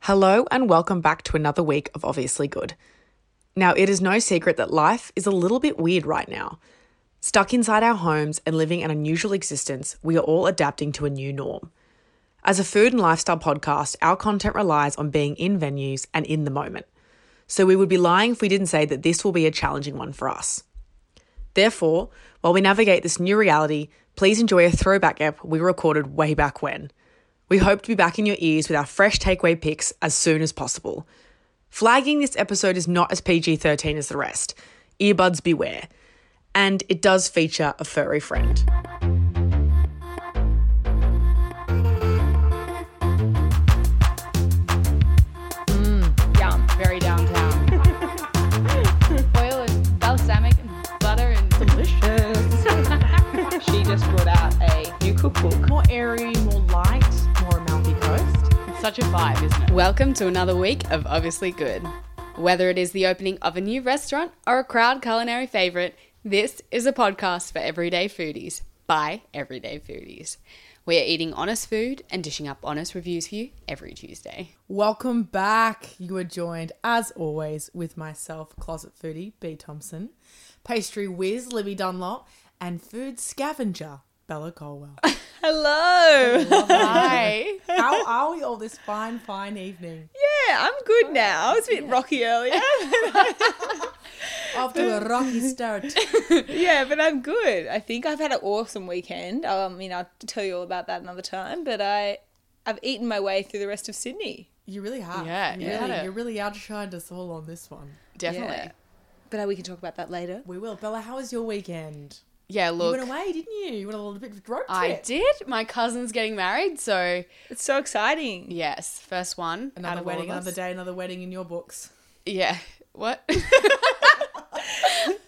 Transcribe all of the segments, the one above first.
Hello, and welcome back to another week of Obviously Good. Now, it is no secret that life is a little bit weird right now. Stuck inside our homes and living an unusual existence, we are all adapting to a new norm. As a food and lifestyle podcast, our content relies on being in venues and in the moment. So we would be lying if we didn't say that this will be a challenging one for us. Therefore, while we navigate this new reality, please enjoy a throwback app we recorded way back when. We hope to be back in your ears with our fresh takeaway picks as soon as possible. Flagging this episode is not as PG 13 as the rest. Earbuds beware. And it does feature a furry friend. Yum, very downtown. Oil and balsamic and butter and delicious. she just brought out a new cookbook. More airy, more light, more Amalfi Coast. Such a vibe, isn't it? Welcome to another week of Obviously Good. Whether it is the opening of a new restaurant or a crowd culinary favourite, this is a podcast for everyday foodies by everyday foodies. We are eating honest food and dishing up honest reviews for you every Tuesday. Welcome back. You are joined, as always, with myself, closet foodie B Thompson, pastry whiz Libby Dunlop, and food scavenger Bella Colwell. Hello. Hi. How are we all this fine, fine evening? Yeah, I'm good now. I was a bit rocky earlier. After a rocky start, Yeah, but I'm good. I think I've had an awesome weekend. I mean, I'll tell you all about that another time. But I, I've eaten my way through the rest of Sydney. you really have. Yeah, you yeah. really, you really outshined us all on this one. Definitely. Yeah, Yeah. But uh, we can talk about that later. We will. Bella, how was your weekend? look. You went away, didn't you? You went a little bit of a road trip. I did. My cousin's getting married, so It's so exciting. yes, first one. out Another of all wedding, of us. another day, another wedding in your books. Yeah. What?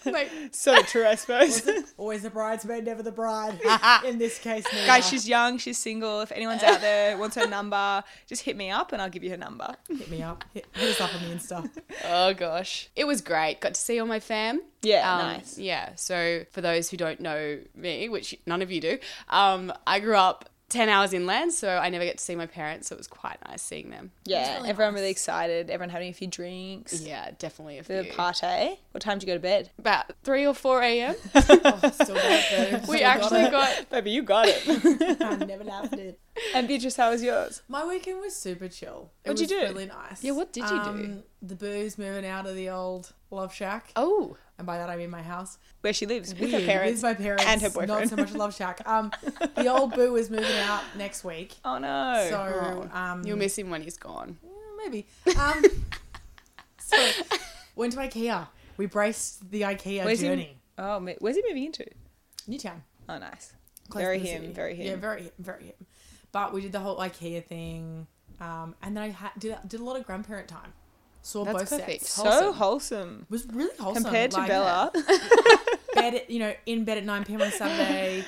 like, So true, I suppose. Always the bridesmaid, never the bride. in this case, neither. Guys, she's young. She's single. If anyone's out there wants her number, just hit me up and I'll give you her number. hit me up. Hit, hit us up on the Insta. oh gosh. It was great. Got to see all my fam. Yeah, Um, nice. Yeah. So for those who don't know me, which none of you do, um, I grew up 10 hours inland, so I never get to see my parents, so it was quite nice seeing them. Yeah, everyone really excited. Everyone having a few drinks. Yeah, definitely a few. The party. What time did you go to bed? About 3 or 4 a.m. Still got it, though. we actually got Baby, you got it. I never laughed it. and Beatrice, how was yours? My weekend was super chill. It What'd you was do? Really nice. Um, Yeah, what did you do? The booze moving out of the old love shack, Oh, and by that I mean my house. Where she lives with Weird, her parents. my parents and her Not boyfriend. so much love shack. Um, the old boo is moving out next week, Oh no. so um, Oh, you'll miss him when he's gone. maybe. Um, so went to IKEA. We braced the IKEA Where's he- journey. oh, ma- where's he moving into? Newtown. Oh, nice. Close very to the him, city. very him. Yeah, very him, very him. But we did the whole IKEA thing, um, and then I ha- did did a lot of grandparent time. Saw That's both perfect. sets. So wholesome. It was really wholesome Compared to like, Bella. Bed, at- you know, in bed at nine pm on Saturday,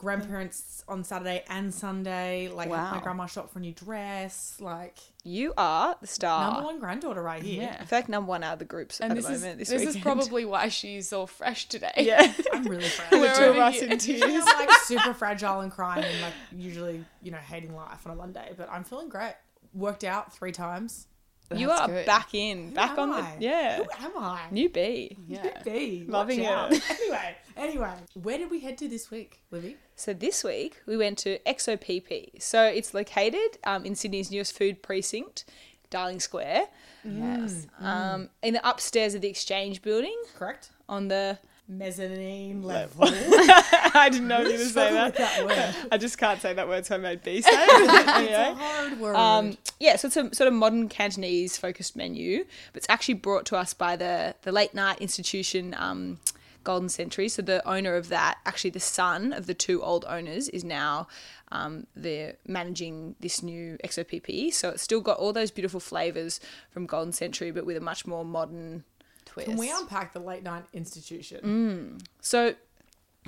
grandparents on Saturday and Sunday. Like helped my Wow. grandma shop for a new dress. Like You are the star. number one granddaughter right here. I feel like number one out of the groups And at this the is moment. this, this is weekend. probably why she's all fresh today. yeah. I'm really fragile. We're the two of over us here. in I'm tears. like super fragile and crying and like usually, you know, hating life on a Monday. But I'm feeling great. Worked out three times. you That's are good. back in, back am on I? the yeah. Who am I? New B. Yeah. be. Loving Watch it. out. anyway, anyway, where did we head to this week, Livy? So this week we went to XOPP. So it's located um, in Sydney's newest food precinct, Darling Square. Yes. Um, in the upstairs of the Exchange Building Correct. on the. Mezzanine level. I didn't know you were going to say Struggle that. with that word. I just can't say that word, so I made B say it. Anyway. Hard word. Um, yeah, so it's a sort of modern Cantonese focused menu, but it's actually brought to us by the the late night institution um, Golden Century. So the owner of that, actually the son of the two old owners, is now um, the managing this new XOPP. E. So it's still got all those beautiful flavors from Golden Century, but with a much more modern twist. Mm. Can we unpack the late night institution? So,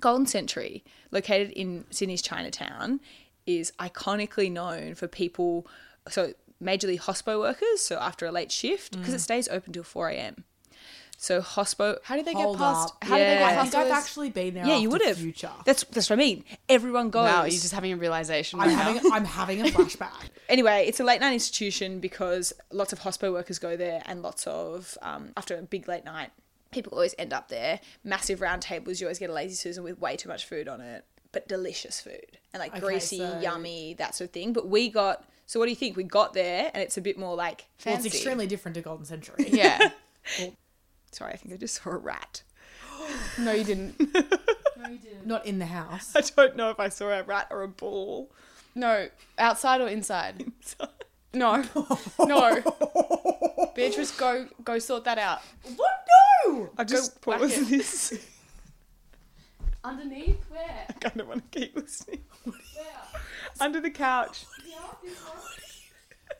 Golden Century, located in Sydney's Chinatown, is iconically known for people, so majorly hospo workers, so after a late shift, because it stays open till 4 a.m. So hospo. Mm. How did they Hold get past? up. How did they Yeah. get I past? think I've those- actually been there. yeah, you would after have. Future. That's that's what I mean. Everyone goes. Wow, you're just having a realization. I'm right now. having, I'm having a flashback. anyway, it's a late night institution because lots of hospo workers go there and lots of, um, after a big late night, people always end up there. Massive round tables, you always get a lazy Susan with way too much food on it, but delicious food and like greasy, so- yummy, that sort of thing. But we got, so what do you think? We got there and it's a bit more like Well, fancy. it's extremely different to Golden Century. yeah. Sorry, I think I just saw a rat. No, you didn't. Not in the house. I don't know if I saw a rat or a bull. No, outside or inside? No, no. Beatrice, go go sort that out. What? No! I just whack paused it. this. Underneath where? I kind of want to keep listening. Under the couch.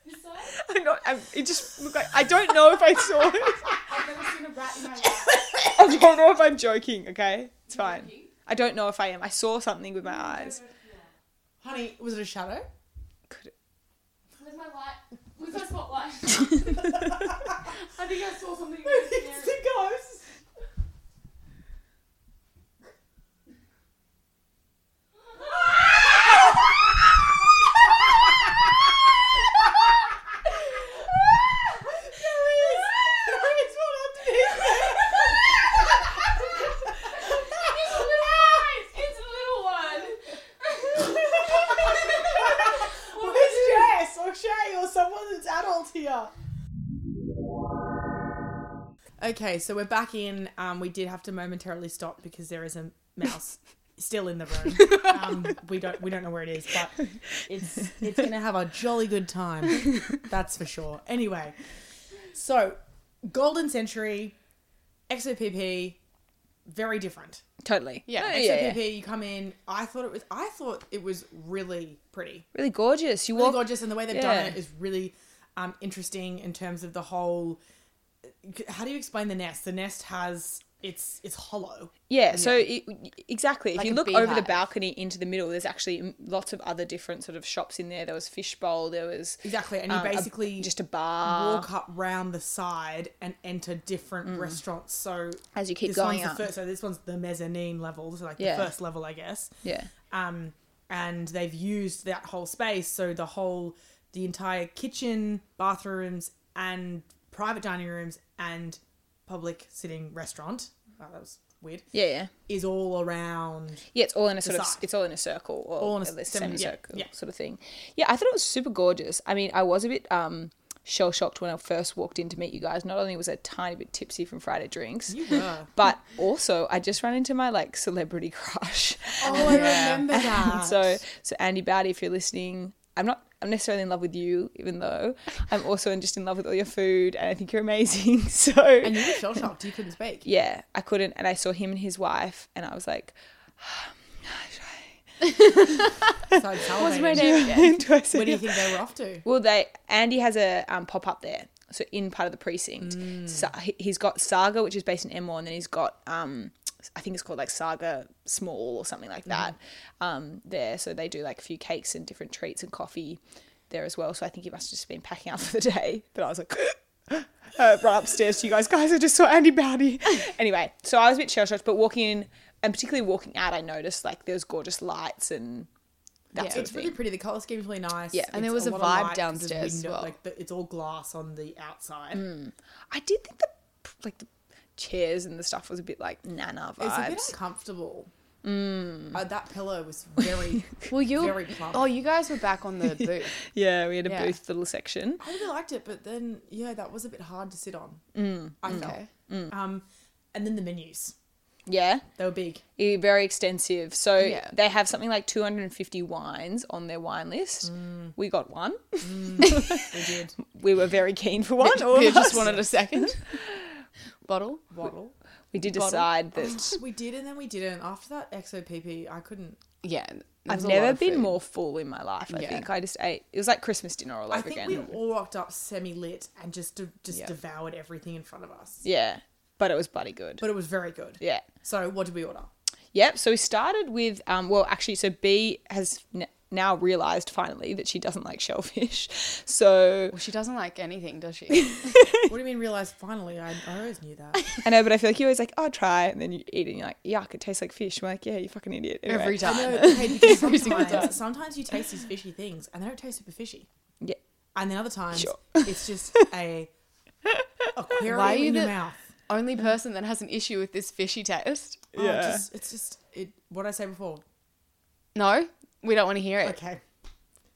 This side? I'm not, I'm, um, it just looked like, I don't know if I saw it. I've never seen a rat in my life. I don't know if I'm joking, okay? It's fine. I don't know if I am. I saw something with my eyes. Honey, was it a shadow? Where's my light? Where's my spotlight? I think I saw something. It's a ghost. It's a little one. It's a little one. Where's Jess or Shay or someone that's adult here? Okay, so we're back in. Um, we did have to momentarily stop because there is a mouse still in the room. Um, we don't we don't know where it is, but it's it's gonna have a jolly good time. That's for sure. Anyway, so Golden Century, XOPP, very different. Totally. Yeah. No, Except yeah, XOPP, yeah. you come in. I thought it was I thought it was really pretty Really gorgeous. You really walk. gorgeous, and the way they've done yeah. it is really um, interesting in terms of the whole. How do you explain the nest? The nest has it's it's hollow. Yeah, so it, exactly. if Like you a look over the beehive. balcony into the middle, there's actually m- lots of other different sort of shops in there. There was fishbowl, there was Exactly, and you um, a- basically just a bar. Mm. walk up round the side and enter different restaurants. So As you keep this going one's up. the first, so this one's the mezzanine level, so like Yeah. the first level, I guess. Yeah. um, and they've used that whole space. So the whole, the entire kitchen, bathrooms, and private dining rooms and public sitting restaurant. Oh, that was weird. Yeah, yeah. Is all around. Yeah, it's all in a sort of side. it's all in a circle or All all in in a a semi- yeah, semicircle yeah. sort of thing. Yeah, I thought it was super gorgeous. I mean, I was a bit um shell shocked when I first walked in to meet you guys. Not only was I a tiny bit tipsy from Friday drinks, You were. but also I just ran into my like celebrity crush. Oh, I remember that. so so Andy Bowdy, if you're listening, I'm not I'm necessarily in love with you, even though I'm also in- just in love with all your food and I think you're amazing. So and you were shell shocked. You couldn't speak. yeah, I couldn't. And I saw him and his wife, and I was like, So I was do I say Where do you think they were off to? Well, they Andy has a um, pop up there, so in part of the precinct. Mm. Sa- he- he's got Saga, which is based in Enmore, and then he's got um, I think it's called like Saga Small or something like that. Mm-hmm. Um, there, so they do like a few cakes and different treats and coffee there as well. So I think he must have just been packing up for the day. But I was like. Uh, right upstairs to you guys, guys. I just saw Andy Bowdy. anyway, so I was a bit shell shocked, but walking in and particularly walking out, I noticed like there was gorgeous lights and that sort It's of really thing. pretty. The color scheme's really nice. Yeah. It's And there was a lot of vibe light 'cause there's downstairs as window- well. Like the, it's all glass on the outside. I did think the like the chairs and the stuff was a bit like nana It's a bit vibes. uncomfortable. Mm. Uh, that pillow was very. Well, you. Very plump. Oh, you guys were back on the booth. Yeah, we had a Yeah. booth little section. I really liked it, but then yeah, that was a bit hard to sit on. I felt. Okay. Um, and then the menus, Yeah, they were big. i- very extensive. So Yeah. they have something like 250 wines on their wine list. We got one. We did We were very keen for one. all We of just us. wanted a second bottle. bottle. We did decide that We did, and then we didn't. After that XOPP, I couldn't. Yeah, there I've was a lot never of been food. more full in my life. I Yeah. think I just ate. It was like Christmas dinner all I over think again. we all walked up semi-lit and just de- just Yeah. devoured everything in front of us. Yeah, but it was bloody good. But it was very good. yeah. So what did we order? Yep. So we started with, um, well, actually, so B has n- now realized finally that she doesn't like shellfish. So Well, she doesn't like anything, does she? What do you mean? Realize finally? I, I always knew that. I know, but I feel like you're always like, I'll try, and then you eat it and you're like, yuck, it tastes like fish. I'm like, yeah, you fucking idiot. Anyway. Every time. No, okay, because Every single time. sometimes, sometimes you taste these fishy things and they don't taste super fishy. Yeah. And then other times Sure. it's just a aquarium Why are you in your the- mouth. Only person that has an issue with this fishy taste. Oh, Yeah. it's just, it's just it, what I say before. No, we don't want to hear it. Okay.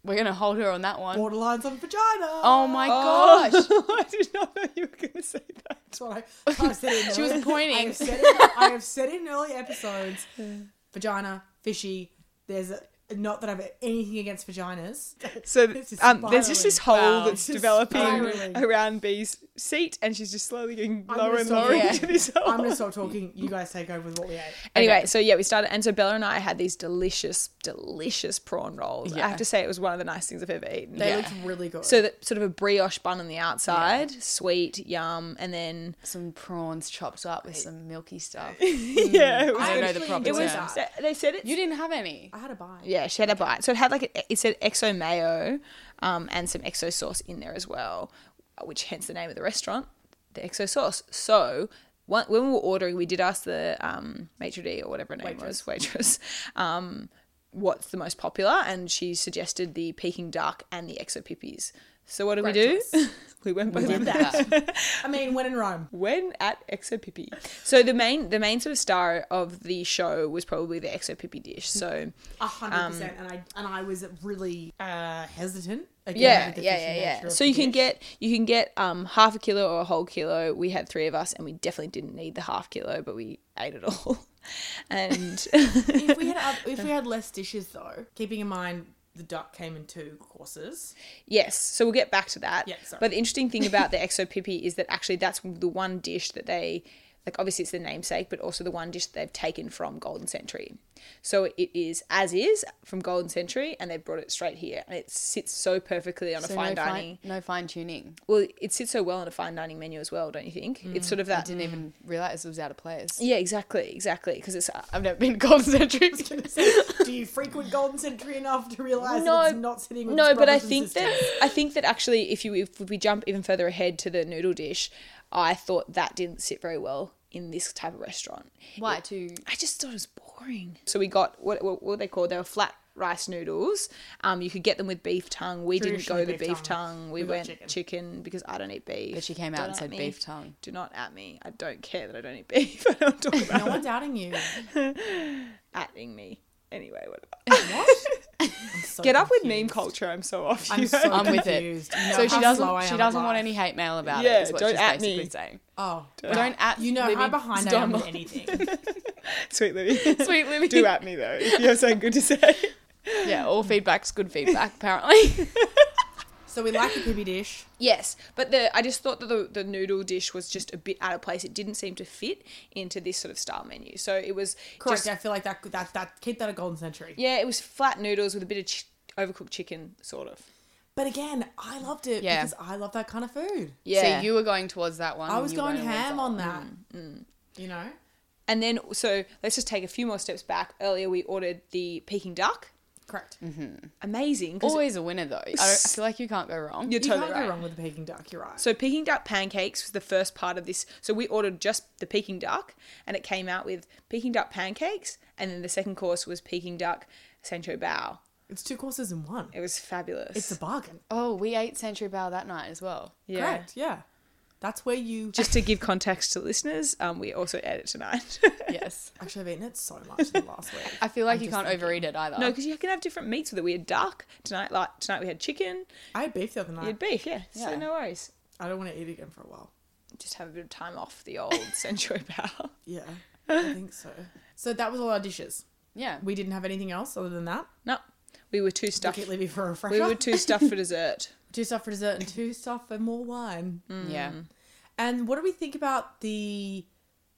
We're gonna hold her on that one. Borderlines on vagina. Oh. Um, Oh my Oh, gosh. I did not know you were going to say that. That's what I, I said in She was early- I pointing. have said in, I have said in early episodes vagina, fishy. There's a, not that I have anything against vaginas. So This is um, there's just this hole spiraling. Wow. that's This is developing spiraling. around B's seat, and she's just slowly going I'm lower gonna and stop lower here. into this hole. I'm going to stop talking. You guys take over with what we ate. Anyway, so yeah, we started, and so Bella and I had these delicious, delicious prawn rolls. I Yeah. have to say, it was one of the nicest things I've ever eaten. They Yeah. looked really good. So that sort of a brioche bun on the outside, sweet, yum, and then Some prawns chopped up with some milky stuff. yeah, it was. I don't know the actually proper it was. uh, terms. that. They said it. You didn't have any. I had a bite. Yeah, she had a bite. So it had like a, it said exo mayo, um, and some exo sauce in there as well, which hence the name of the restaurant, the exo sauce. So one, when we were ordering, we did ask the um, maitre d or whatever her name was waitress, um, what's the most popular, and she suggested the Peking duck and the exo pippies. So what did we do? we went both of that. I mean, when in Rome. When at Exo Pippi. So the main the main sort of star of the show was probably the Exo Pippi dish. So A Um, hundred percent, and I and I was really uh, hesitant. Again, yeah, with the yeah, fishy yeah, nature yeah. of So the you can dish. get you can get um half a kilo or a whole kilo. We had three of us, and we definitely didn't need the half kilo, but we ate it all. And if we had oth- if we had less dishes though, keeping in mind the duck came in two courses. yes, so we'll get back to that. Yeah, sorry. But the interesting thing about the exo pippi is that actually that's the one dish that they like. Obviously, it's the namesake, but also the one dish that they've taken from Golden Century. So it is as is from Golden Century, and they brought it straight here, and it sits so perfectly on So a fine no, dining. fine, no fine tuning. Well, it sits so well on a fine dining menu as well, don't you think? It's sort of that. Mm, Didn't even realize it was out of place. Yeah, exactly, exactly. Because it's uh, I've never been Golden Century. Do you frequent Golden Century enough to realize No, that it's not sitting? With no, its but I brothers and think that sisters? I think that actually, if you if we jump even further ahead to the noodle dish, I thought that didn't sit very well in this type of restaurant. Why to I just thought it was boring. So we got what what, what were they called? They were flat rice noodles. Um, you could get them with beef tongue. We didn't go Traditionally the beef beef, tongue. tongue. We, We got went chicken. chicken. because I don't eat beef. But she came out Don't and at said me. beef tongue. Do not at me. I don't care that I don't eat beef. I don't talk about no one's outing you. atting me. Anyway, whatever. What? Get up with meme culture. I'm so off. I'm you. so I'm with it. confused. You know so she how slow I am doesn't. She at doesn't life. want any hate mail about Yeah, it. Is what don't she's at basically me. saying. Oh, Don't at you know how Libby behind I am with Stommel. anything. Sweet Libby. Sweet Libby. Do at me though if you have something good to say. Yeah, all feedback's good feedback. Apparently. So we like the pibby dish. Yes, but the I just thought that the, the noodle dish was just a bit out of place. It didn't seem to fit into this sort of style menu. So it was Correct. Just, I feel like that that that keep that a Golden Century. yeah, it was flat noodles with a bit of ch- overcooked chicken, sort of. But again, I loved it Yeah. because I love that kind of food. Yeah. So you were going towards that one. I and was you going weren't towards ham that on one. that. Mm, You know? and then so let's just take a few more steps back. Earlier we ordered the Peking duck. Correct. Mm-hmm. Amazing. 'cause Always a winner though. I, don't, I feel like you can't go wrong. You're You totally Oh, can't right. go wrong with the Peking duck, you're right. So Peking duck pancakes was the first part of this. So we ordered just the Peking duck, and it came out with Peking duck pancakes, and then the second course was Peking duck sancho bao. it's two courses in one. It was fabulous. It's a bargain. Oh, we ate Century Bow that night as well. yeah. Correct, yeah. That's where you Just to give context to listeners, um, we also ate it tonight. Yes. actually I've eaten it so much in the last week. I feel like I'm you just can't thinking. overeat it either. no, because you can have different meats with it. We had duck tonight. Like tonight, we had chicken. I had beef the other night. You had beef. Yeah. So Yeah. no worries. I don't want to eat again for a while. Just have a bit of time off the old sancho bao. Yeah. I think so. So that was all our dishes. Yeah. We didn't have anything else other than that. No, we were too Duck stuffed. it, Libby, for a refresher. We were too stuffed for dessert. two stuff for dessert and two stuff for more wine. Yeah. And what do we think about the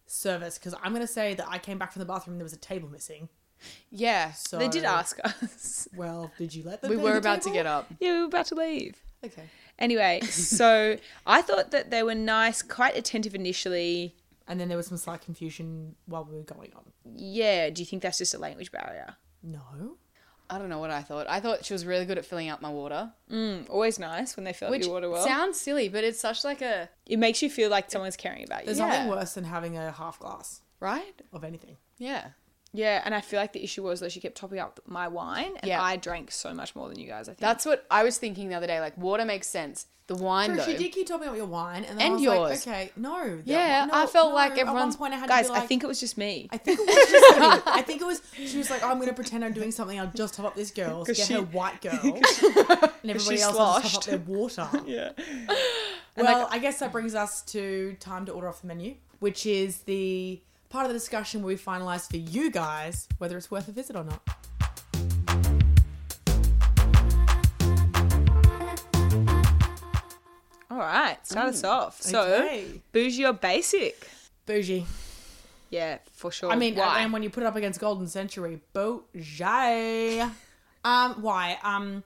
service? Because I'm going to say that I came back from the bathroom and there was a table missing. Yeah. So They did ask us. Well, did you let them? We be were the about to table? get up. Yeah, we were about to leave. Okay. Anyway, so I thought that they were nice, quite attentive initially. And then there was some slight confusion while we were going on. Yeah, do you think that's just a language barrier? No, I don't know what I thought. I thought she was really good at filling up my water, Mm, Always nice when they fill up which your water well. sounds silly, but it's such like a it makes you feel like someone's caring about you. There's Yeah. nothing worse than having a half glass right. of anything. Yeah, Yeah, and I feel like the issue was that she kept topping up my wine, and Yeah. I drank so much more than you guys. I think that's what I was thinking the other day. Like water makes sense. The wine True, though. she did keep talking about your wine, and then And I was yours. like, okay, no, that- Yeah, no, I felt no. like At one everyone's- point, I had to guys. be like, I think it was just me. I think it was just me. I think it was. She was like, oh, "I'm going to pretend I'm doing something. I'll just top up this girl's, get her white girl, and everybody she else will just top up sloshed. their water." Yeah. Well, I guess that brings us to time to order off the menu, which is the part of the discussion where we finalise for you guys whether it's worth a visit or not. All right, start us off. So okay. bougie or basic? Bougie. Yeah, for sure. I mean, why? and when you put it up against Golden Century, bougie. um, why? Um,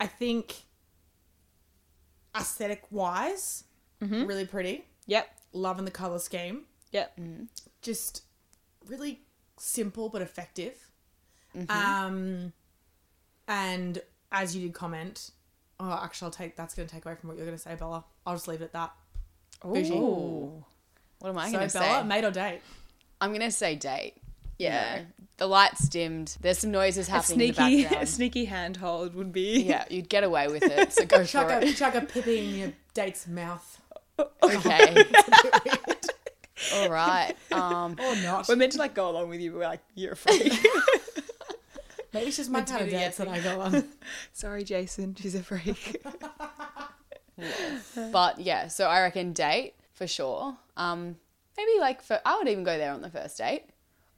I think aesthetic wise, Mm-hmm. really pretty. yep, Loving the color scheme. yep. just really simple but effective. Mm-hmm. Um, and as you did comment, oh, actually, I'll take that's going to take away from what you're going to say, Bella. I'll just leave it at that. Bougie. Ooh. What am I so, gonna Bella, say? mate or date? I'm gonna say date. Yeah. The lights dimmed. There's some noises A happening in the sneaky, a background. sneaky handhold would be. yeah, you'd get away with it. So go for Chuck it. a chuck a pippy in your date's mouth Okay. All right. Um, or not? We're meant to like go along with you. But we're like, you're a freak. Maybe it's just my kind of doing dates that I go on. Sorry, Jason. She's a freak. but yeah, so I reckon date for sure. Um, maybe like for I would even go there on the first date.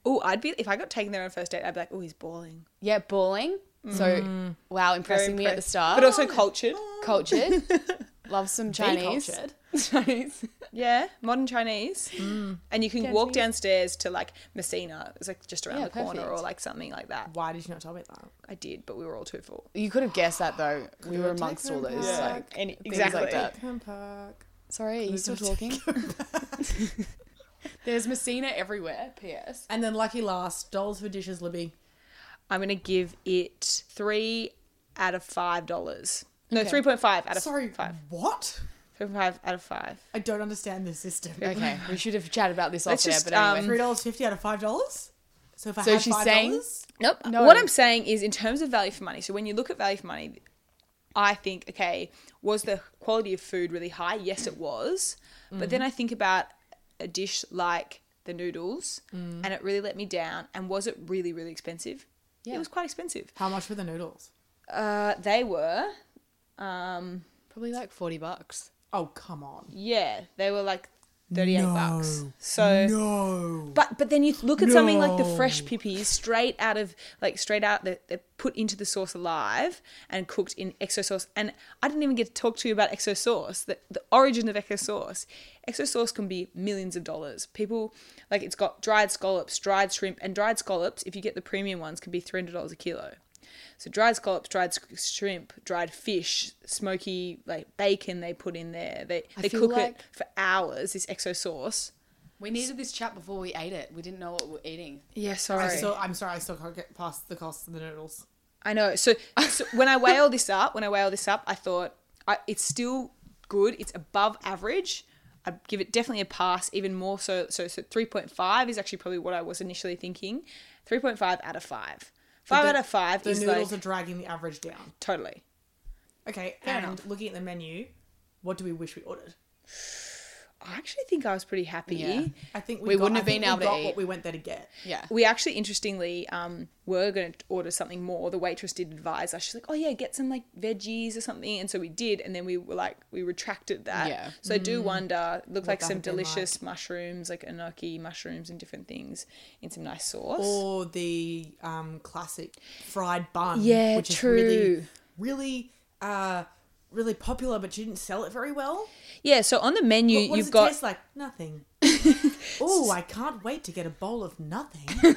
oh, I'd be if I got taken there on a first date. I'd be like, oh, he's balling. Yeah, balling. So wow, Very impressing me at the impressed. start. but also cultured. cultured. Love some Chinese. cultured. Chinese. Yeah, modern Chinese. Mm. And you can walk downstairs to like Messina. It's like just around Yeah, the corner or perfect. like something like that. Why did you not tell me that? I did, but we were all too full. You could have guessed that though. We were amongst all those. Yeah. Like, Any- things like exactly. that. Come Park. sorry, are you still talking? There's Messina everywhere. P.S. And then lucky last, dolls for dishes, Libby. I'm gonna give it three out of five dollars. No, three point five out of Sorry, five. what? Three point five out of five. I don't understand this system. Okay, we should have chatted about this off Let's there, just, but anyway. um, Three dollars fifty out of five dollars. So if I So had she's five saying- dollars, Nope. No. What I'm saying is, in terms of value for money, so when you look at value for money, I think, okay, was the quality of food really high? Yes, it was. But then I think about a dish like the noodles, and it really let me down. And was it really, really expensive? It was quite expensive. How much were the noodles? Uh, they were, um, Probably like 40 bucks. Oh, come on. yeah, they were like thirty-eight bucks. No. So No. But but then you look at something like the No. fresh pippies straight out of like straight out they're, they're put into the sauce alive and cooked in exo sauce. And I didn't even get to talk to you about exo sauce, the, the origin of exo sauce. Exo sauce can be millions of dollars. People like it's got dried scallops, dried shrimp, and dried scallops. If you get the premium ones, can be three hundred dollars a kilo. So dried scallops, dried sc- shrimp, dried fish, smoky like bacon they put in there. They I they feel cook it like- for hours. This exo sauce. We needed this chat before we ate it. We didn't know what we were eating. Yeah, sorry. I still, I'm sorry, I still can't get past the cost of the noodles. I know. So, so when I weigh all this up, when I weigh all this up, I thought I, it's still good. It's above average. I give it definitely a pass. Even more so. So, so three point five is actually probably what I was initially thinking. Three point five out of five. Five the- out of five The is noodles like are dragging the average down. totally. Okay, Fair and enough. looking at the menu, what do we wish we ordered? I actually think I was pretty happy. Yeah. I think we, We got- wouldn't I have think we been able to got eat. what we went there to get. Yeah. We actually, interestingly, um, were going to order something more. The waitress did advise us. She's like, "Oh yeah, get some like veggies or something," and so we did. And then we were like, we retracted that. Yeah. So I do wonder. Looked like that some had been delicious mushrooms, like enoki mushrooms and different things in some nice sauce. Or the um, classic fried bun. Yeah, which Is really, true. really, uh, really popular, but you didn't sell it very well. yeah. So on the menu, But what you've does it got taste like? Nothing. oh, I can't wait to get a bowl of nothing.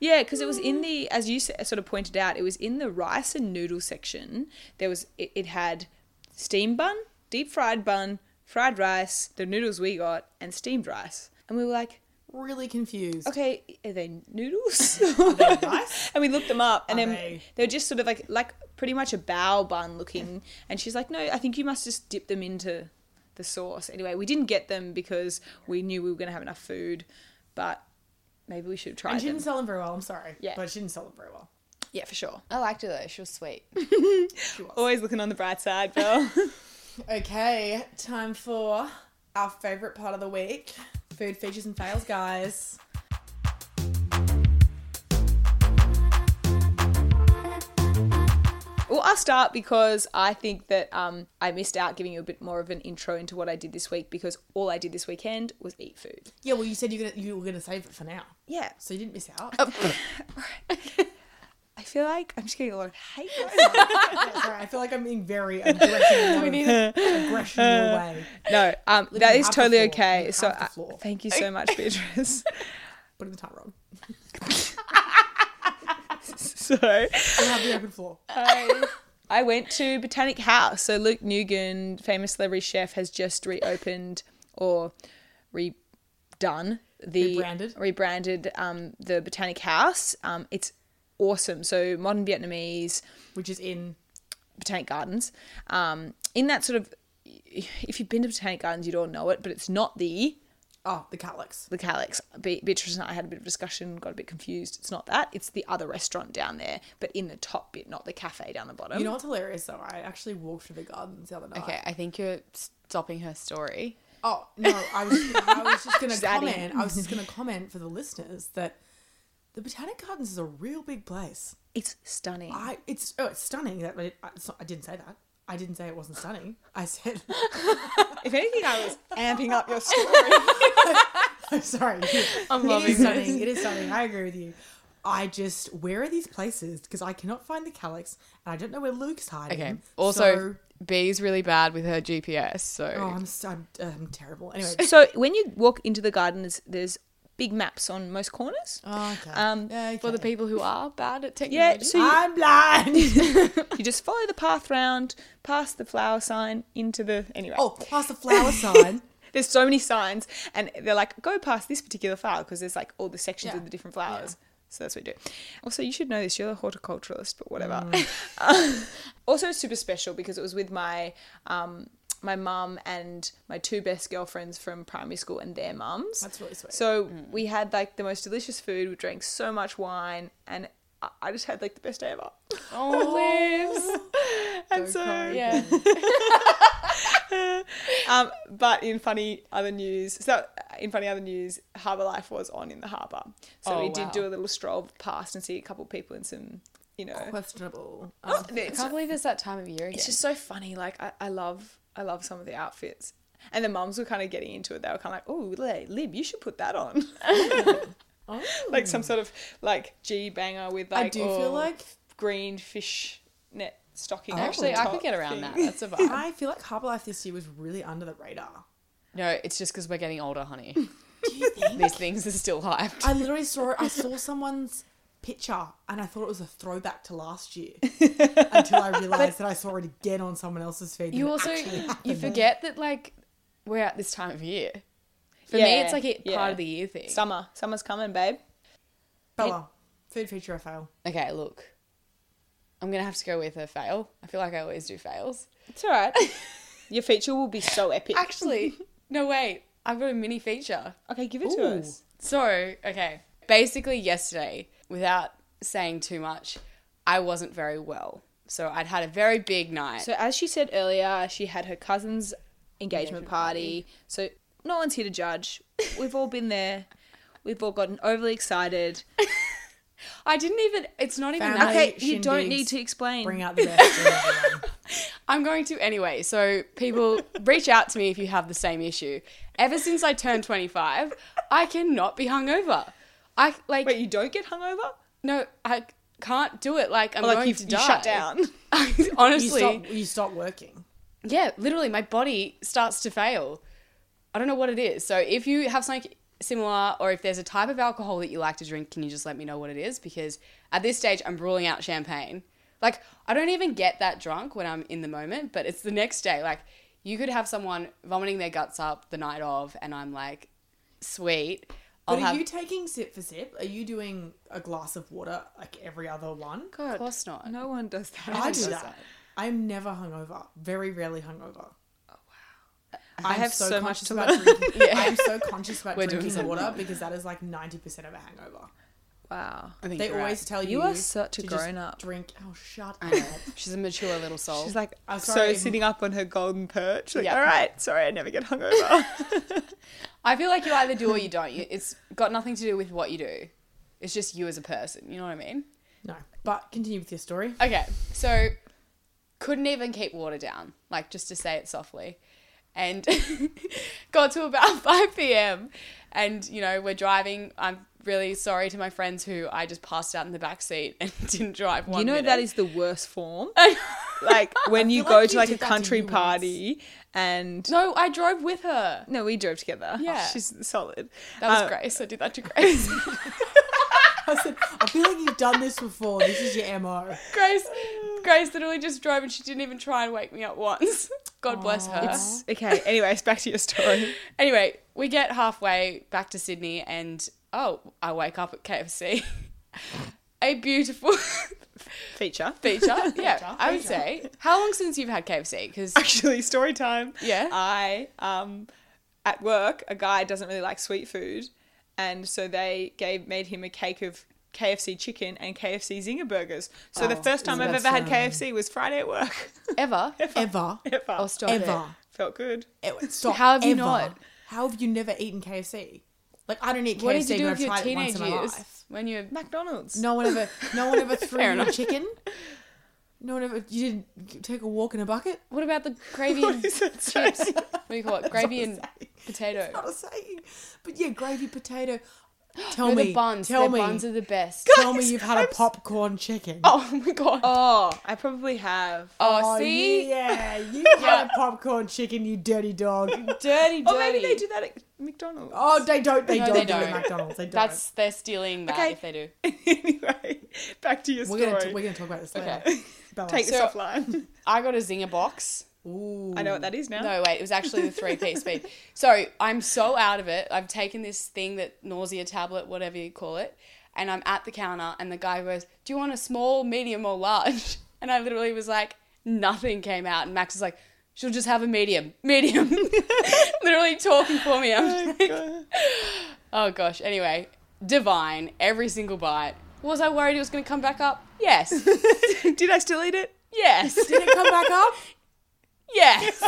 Yeah, because it was in the, as you s- sort of pointed out, it was in the rice and noodle section. There was, it, it had steam bun, deep fried bun, fried rice, the noodles we got, and steamed rice. And we were like, really confused. Okay, are they noodles? nice? and we looked them up, and Are then they- they? are just sort of like like pretty much a bao bun looking. And she's like, "No, I think you must just dip them into the sauce." Anyway, we didn't get them because we knew we were going to have enough food, but maybe we should have tried And she them. didn't sell them very well. I'm sorry. Yeah. But she didn't sell them very well. yeah, for sure. I liked her though. She was sweet. Always looking on the bright side, Belle. Okay, time for our favorite part of the week food features and fails, guys. Well, I'll start because I think that um, I missed out giving you a bit more of an intro into what I did this week because all I did this weekend was eat food. Yeah, well, you said you're gonna, you were going to save it for now. Yeah. So you didn't miss out. I feel like I'm just getting a lot of hate. Yeah, sorry, I feel like I'm being very aggressive. we need aggression your way. no, um, that is half the totally floor. okay. Half So the I- floor. thank you so much, Beatrice. Putting the time wrong. so We have the open floor. I, I went to Botanic House. So Luke Nugent, famous celebrity chef, has just reopened or redone the Rebranded. rebranded um, the Botanic House. Um, it's awesome. So modern Vietnamese. Which is in. Botanic Gardens. Um, in that sort of, if you've been to Botanic Gardens, you'd all know it, but it's not the Oh, the Calyx. the Calyx. Be- Beatrice and I had a bit of discussion, got a bit confused. It's not that. It's the other restaurant down there, but in the top bit, not the cafe down the bottom. You know what's hilarious though? I actually walked through the gardens the other night. Okay, I think you're stopping her story. Oh no, I was I was just gonna adding. comment. I was just gonna comment for the listeners that the Botanic Gardens is a real big place. it's stunning. I it's oh it's stunning that but it, I, it's not, I didn't say that. I didn't say it wasn't stunning. I said if anything, I was amping up your story. I'm sorry. I'm it is stunning. It is stunning. I agree with you. I just where are these places? Because I cannot find the calyx, and I don't know where Luke's hiding. Okay. Also, B's really bad with her GPS, so so, oh, I'm so, I'm, I'm terrible. Anyway, so when you walk into the gardens, there's big maps on most corners. okay. Um, okay. for the people who are bad at yeah, technology. so you, I'm blind. you just follow the path round, past the flower sign, into the anyway. oh, past the flower sign. There's so many signs, and they're like, go past this particular flower because there's like all the sections Yeah. of the different flowers. So that's what we do. Also, you should know this. You're a horticulturalist, but whatever. Mm. also, it's super special because it was with my um, my mum and my two best girlfriends from primary school and their mums. That's really sweet. Mm. So we had like the most delicious food. We drank so much wine, and I- I just had like the best day ever. oh, And so lives. Yeah. Um, but in funny other news, so in funny other news, Harbour Life was on in the harbour, so Oh, we did wow. do a little stroll past and see a couple of people and some, you know, Questionable. Oh, I it's, can't believe it's that time of year again. it's just so funny. Like I, I love, I love some of the outfits, and the mums were kind of getting into it. They were kind of like, "Oh, Li- Lib, you should put that on," Oh. like some sort of like G banger with like I do feel or like green fish net stocking. Oh, Actually, I could top get around thing. that. That's a vibe. I feel like Harbour Life this year was really under the radar. No, it's just because we're getting older, honey. Do you think? These things are still hyped. I literally saw I saw someone's picture and I thought it was a throwback to last year until I realized that I saw it again on someone else's feed. and You it also actually you happened. forget that like we're at this time of year. For me, Yeah, it's like a yeah. part of the year thing. Summer, summer's coming, babe. Bella, food feature or fail? okay, look, I'm gonna have to go with a fail. I feel like I always do fails. It's all right. Your feature will be so epic. Actually, no wait, I've got a mini feature. Okay, give it Ooh. to us. So, okay. Basically, yesterday, without saying too much, I wasn't very well. So, I'd had a very big night. So, as she said earlier, she had her cousin's engagement party. So, no one's here to judge. We've all been there. We've all gotten overly excited. I didn't even, it's not even Family. that. Okay, you don't shindigs, need to explain. Bring out the best. in everyone. I'm going to anyway. So, people, reach out to me if you have the same issue. Ever since I turned 25, I cannot be hungover. I like, Wait, you don't get hungover? no, I can't do it. Like, I'm Or like going you, to you die. shut down. you Honestly. stop. You stop working. yeah, literally, my body starts to fail. I don't know what it is. So if you have something similar, or if there's a type of alcohol that you like to drink, can you just let me know what it is? Because at this stage, I'm ruling out champagne. Like, I don't even get that drunk when I'm in the moment, but it's the next day. Like, you could have someone vomiting their guts up the night of, and I'm like, sweet. I'll But are have. you taking sip for sip? Are you doing a glass of water like every other one? God, of course not. No one does that. I do It's that. just- I'm never hungover. Very rarely hungover. I I'm Oh, have so, much conscious to about learn. drinking. I'm so conscious about We're doing drinking something water wrong. because that is like 90% of a hangover. Wow. I think They you're right. always tell you You are such a to just grown up. Drink. Oh, shut I up. know. She's a mature little soul. She's like I'm so sorry. sitting up on her golden perch. Like, Yeah. all right, sorry, I never get hungover. I feel like you either do or you don't. You- It's got nothing to do with what you do. It's just you as a person. You know what I mean? No, but continue with your story. Okay, so couldn't even keep water down, like just to say it softly. And got to about 5 p.m. And, you know, we're driving. I'm really sorry to my friends who I just passed out in the back seat and didn't drive one you know minute. that is the worst form. like when you feel go like to you like a did that to country you once. party and No, I drove with her. no, we drove together. Oh, Yeah. she's solid. That was Uh, Grace. I did that to Grace. I said, I feel like you've done this before. This is your MO. Grace, Grace literally just drove and she didn't even try and wake me up once. God bless her. It's, okay. Anyways, back to your story. Anyway, we get halfway back to Sydney and oh, I wake up at KFC. A beautiful Feature. feature. Yeah, I would say. How long since you've had KFC? Because Actually, story time. Yeah. I um, at work, a guy doesn't really like sweet food, and so they gave made him a cake of KFC chicken and KFC zinger burgers. So Oh, the first time I've that ever had so- KFC was Friday at work. ever. Ever. ever. Oh, stop it. Ever. Felt good. Ever. Stop. How have you ever. not? How have you never eaten KFC? Like, I don't eat KFC, What did you do but with I've your tried it once teenage in my years? life. When you McDonald's. No one ever, no one ever threw Fair you enough. chicken. No one ever. You didn't take a walk in a bucket. what about the gravy and Is that so- chips? What do you call it? Gravy and Not potato. a saying. But yeah, gravy potato. Tell No, me, the buns. tell Their me, buns are the best. tell me, you've had a popcorn chicken. Oh, Oh my god. Oh, Oh, I probably have. see? yeah, you had a popcorn chicken, you dirty dog. Dirty, dirty. Or Oh, maybe they do that at McDonald's. Oh, they don't. They No, don't they do it don't. at McDonald's. They don't. That's they're stealing that Okay. if they do. anyway, back to your we're story. gonna t- we're gonna talk about this later. Okay. Bella. Take this So- offline. I got a zinger box. Ooh. I know what that is now. No, wait, it was actually the three piece feed. So I'm so out of it. I've taken this thing that nausea tablet, whatever you call it, and I'm at the counter, and the guy goes, Do you want a small, medium, or large? And I literally was like, Nothing came out. And Max is like, She'll just have a medium, medium. literally talking for me. I'm just like, Oh gosh. Anyway, divine, every single bite. Was I worried it was going to come back up? Yes. Did I still eat it? Yes. Did it come back up? Yes.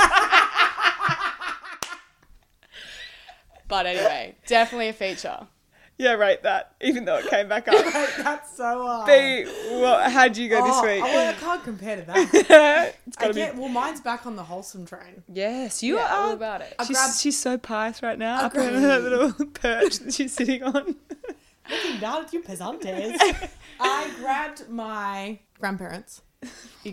but anyway, definitely a feature. Yeah, rate that. Even though it came back up. Like, that's so hard. B, what, how'd you go Oh, this oh, week? well, I can't compare to that. it's I gotta get, be. well, mine's back on the wholesome train. Yes, you Yeah, are. all about it. She's, grabbed- she's so pious right now, I up on grabbed- her little perch that she's sitting on. Now you pesantes. I grabbed my grandparents. You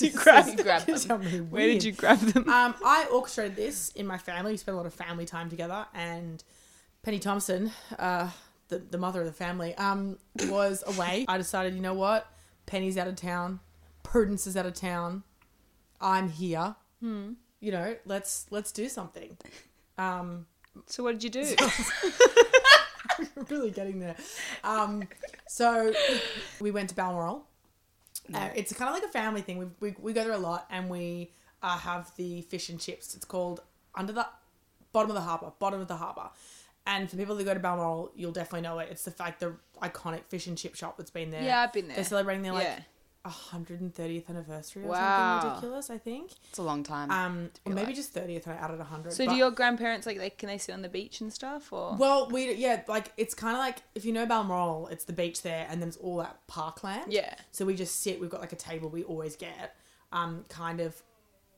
You grabbed- You grabbed them. Where did you grab them? Um, I orchestrated this in my family. We spent a lot of family time together, and Penny Thompson, uh, the the mother of the family, um, was away. I decided, you know what, Penny's out of town, Prudence is out of town, I'm here. You know, let's let's do something. Um, So what did you do? really getting there. Um, so we went to Balmoral. Uh, it's kind of like a family thing. We, we, we go there a lot and we uh, have the fish and chips. It's called Under the Bottom of the Harbour, Bottom of the Harbour. And for people that go to Balmoral, you'll definitely know it. It's the fact the iconic fish and chip shop that's been there. Yeah, I've been there. They're celebrating their like Yeah. 130th anniversary or Wow. something ridiculous, I think. It's a long time. Um, or maybe just 30th and I added 100. So but- do your grandparents like they can they sit on the beach and stuff or? well, we yeah, like it's kind of like if you know Balmoral, it's the beach there, and then it's all that parkland. Yeah. So we just sit. We've got like a table we always get, um, kind of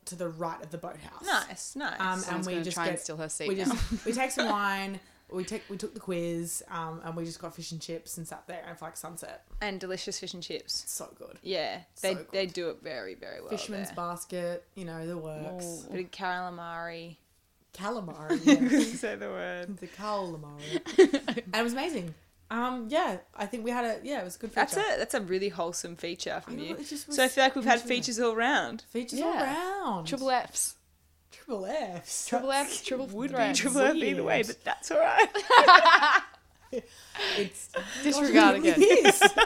to the right of the boathouse. Nice, nice. Um, and Someone's we gonna just try get, and steal her seat We now. just we take some wine. We take we took the quiz, um, and we just got fish and chips and sat there and for like sunset. and delicious fish and chips. So good. Yeah, they So they do it very very well. Fisherman's there. basket, you know the works. Bit of calamari. Calamari. yeah. Say the word. the calamari. and it was amazing. Um, yeah, I think we had a yeah, it was a good. Feature. That's it. That's a really wholesome feature from know, you. it just So I was feel like we've had interesting. features all round. Features all Yeah. round. triple Fs. Triple F's. Triple Fs. Triple Would be threads. triple F either way, weird. but that's all right. It's Disregard again. Yes.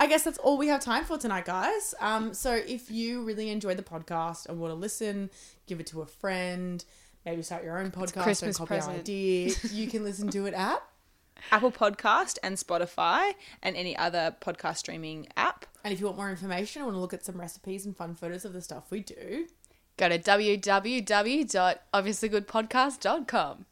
I guess that's all we have time for tonight, guys. Um, so if you really enjoyed the podcast and want to listen, give it to a friend. Maybe start your own podcast and Christmas copy present. our idea. You can listen to it at Apple Podcast and Spotify and any other podcast streaming app. And if you want more information or want to look at some recipes and fun photos of the stuff we do, Go to www.obviouslygoodpodcast.com.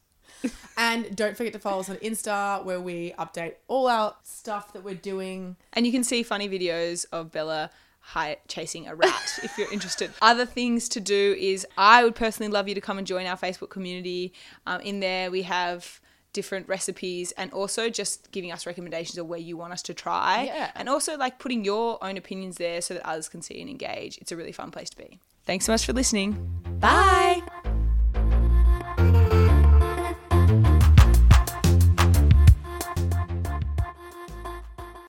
and don't forget to follow us on Insta where we update all our stuff that we're doing. And you can see funny videos of Bella hi- chasing a rat if you're interested. Other things to do is I would personally love you to come and join our Facebook community. Um, in there, we have different recipes and also just giving us recommendations of where you want us to try. Yeah. And also like putting your own opinions there so that others can see and engage. It's a really fun place to be. Thanks so much for listening. Bye.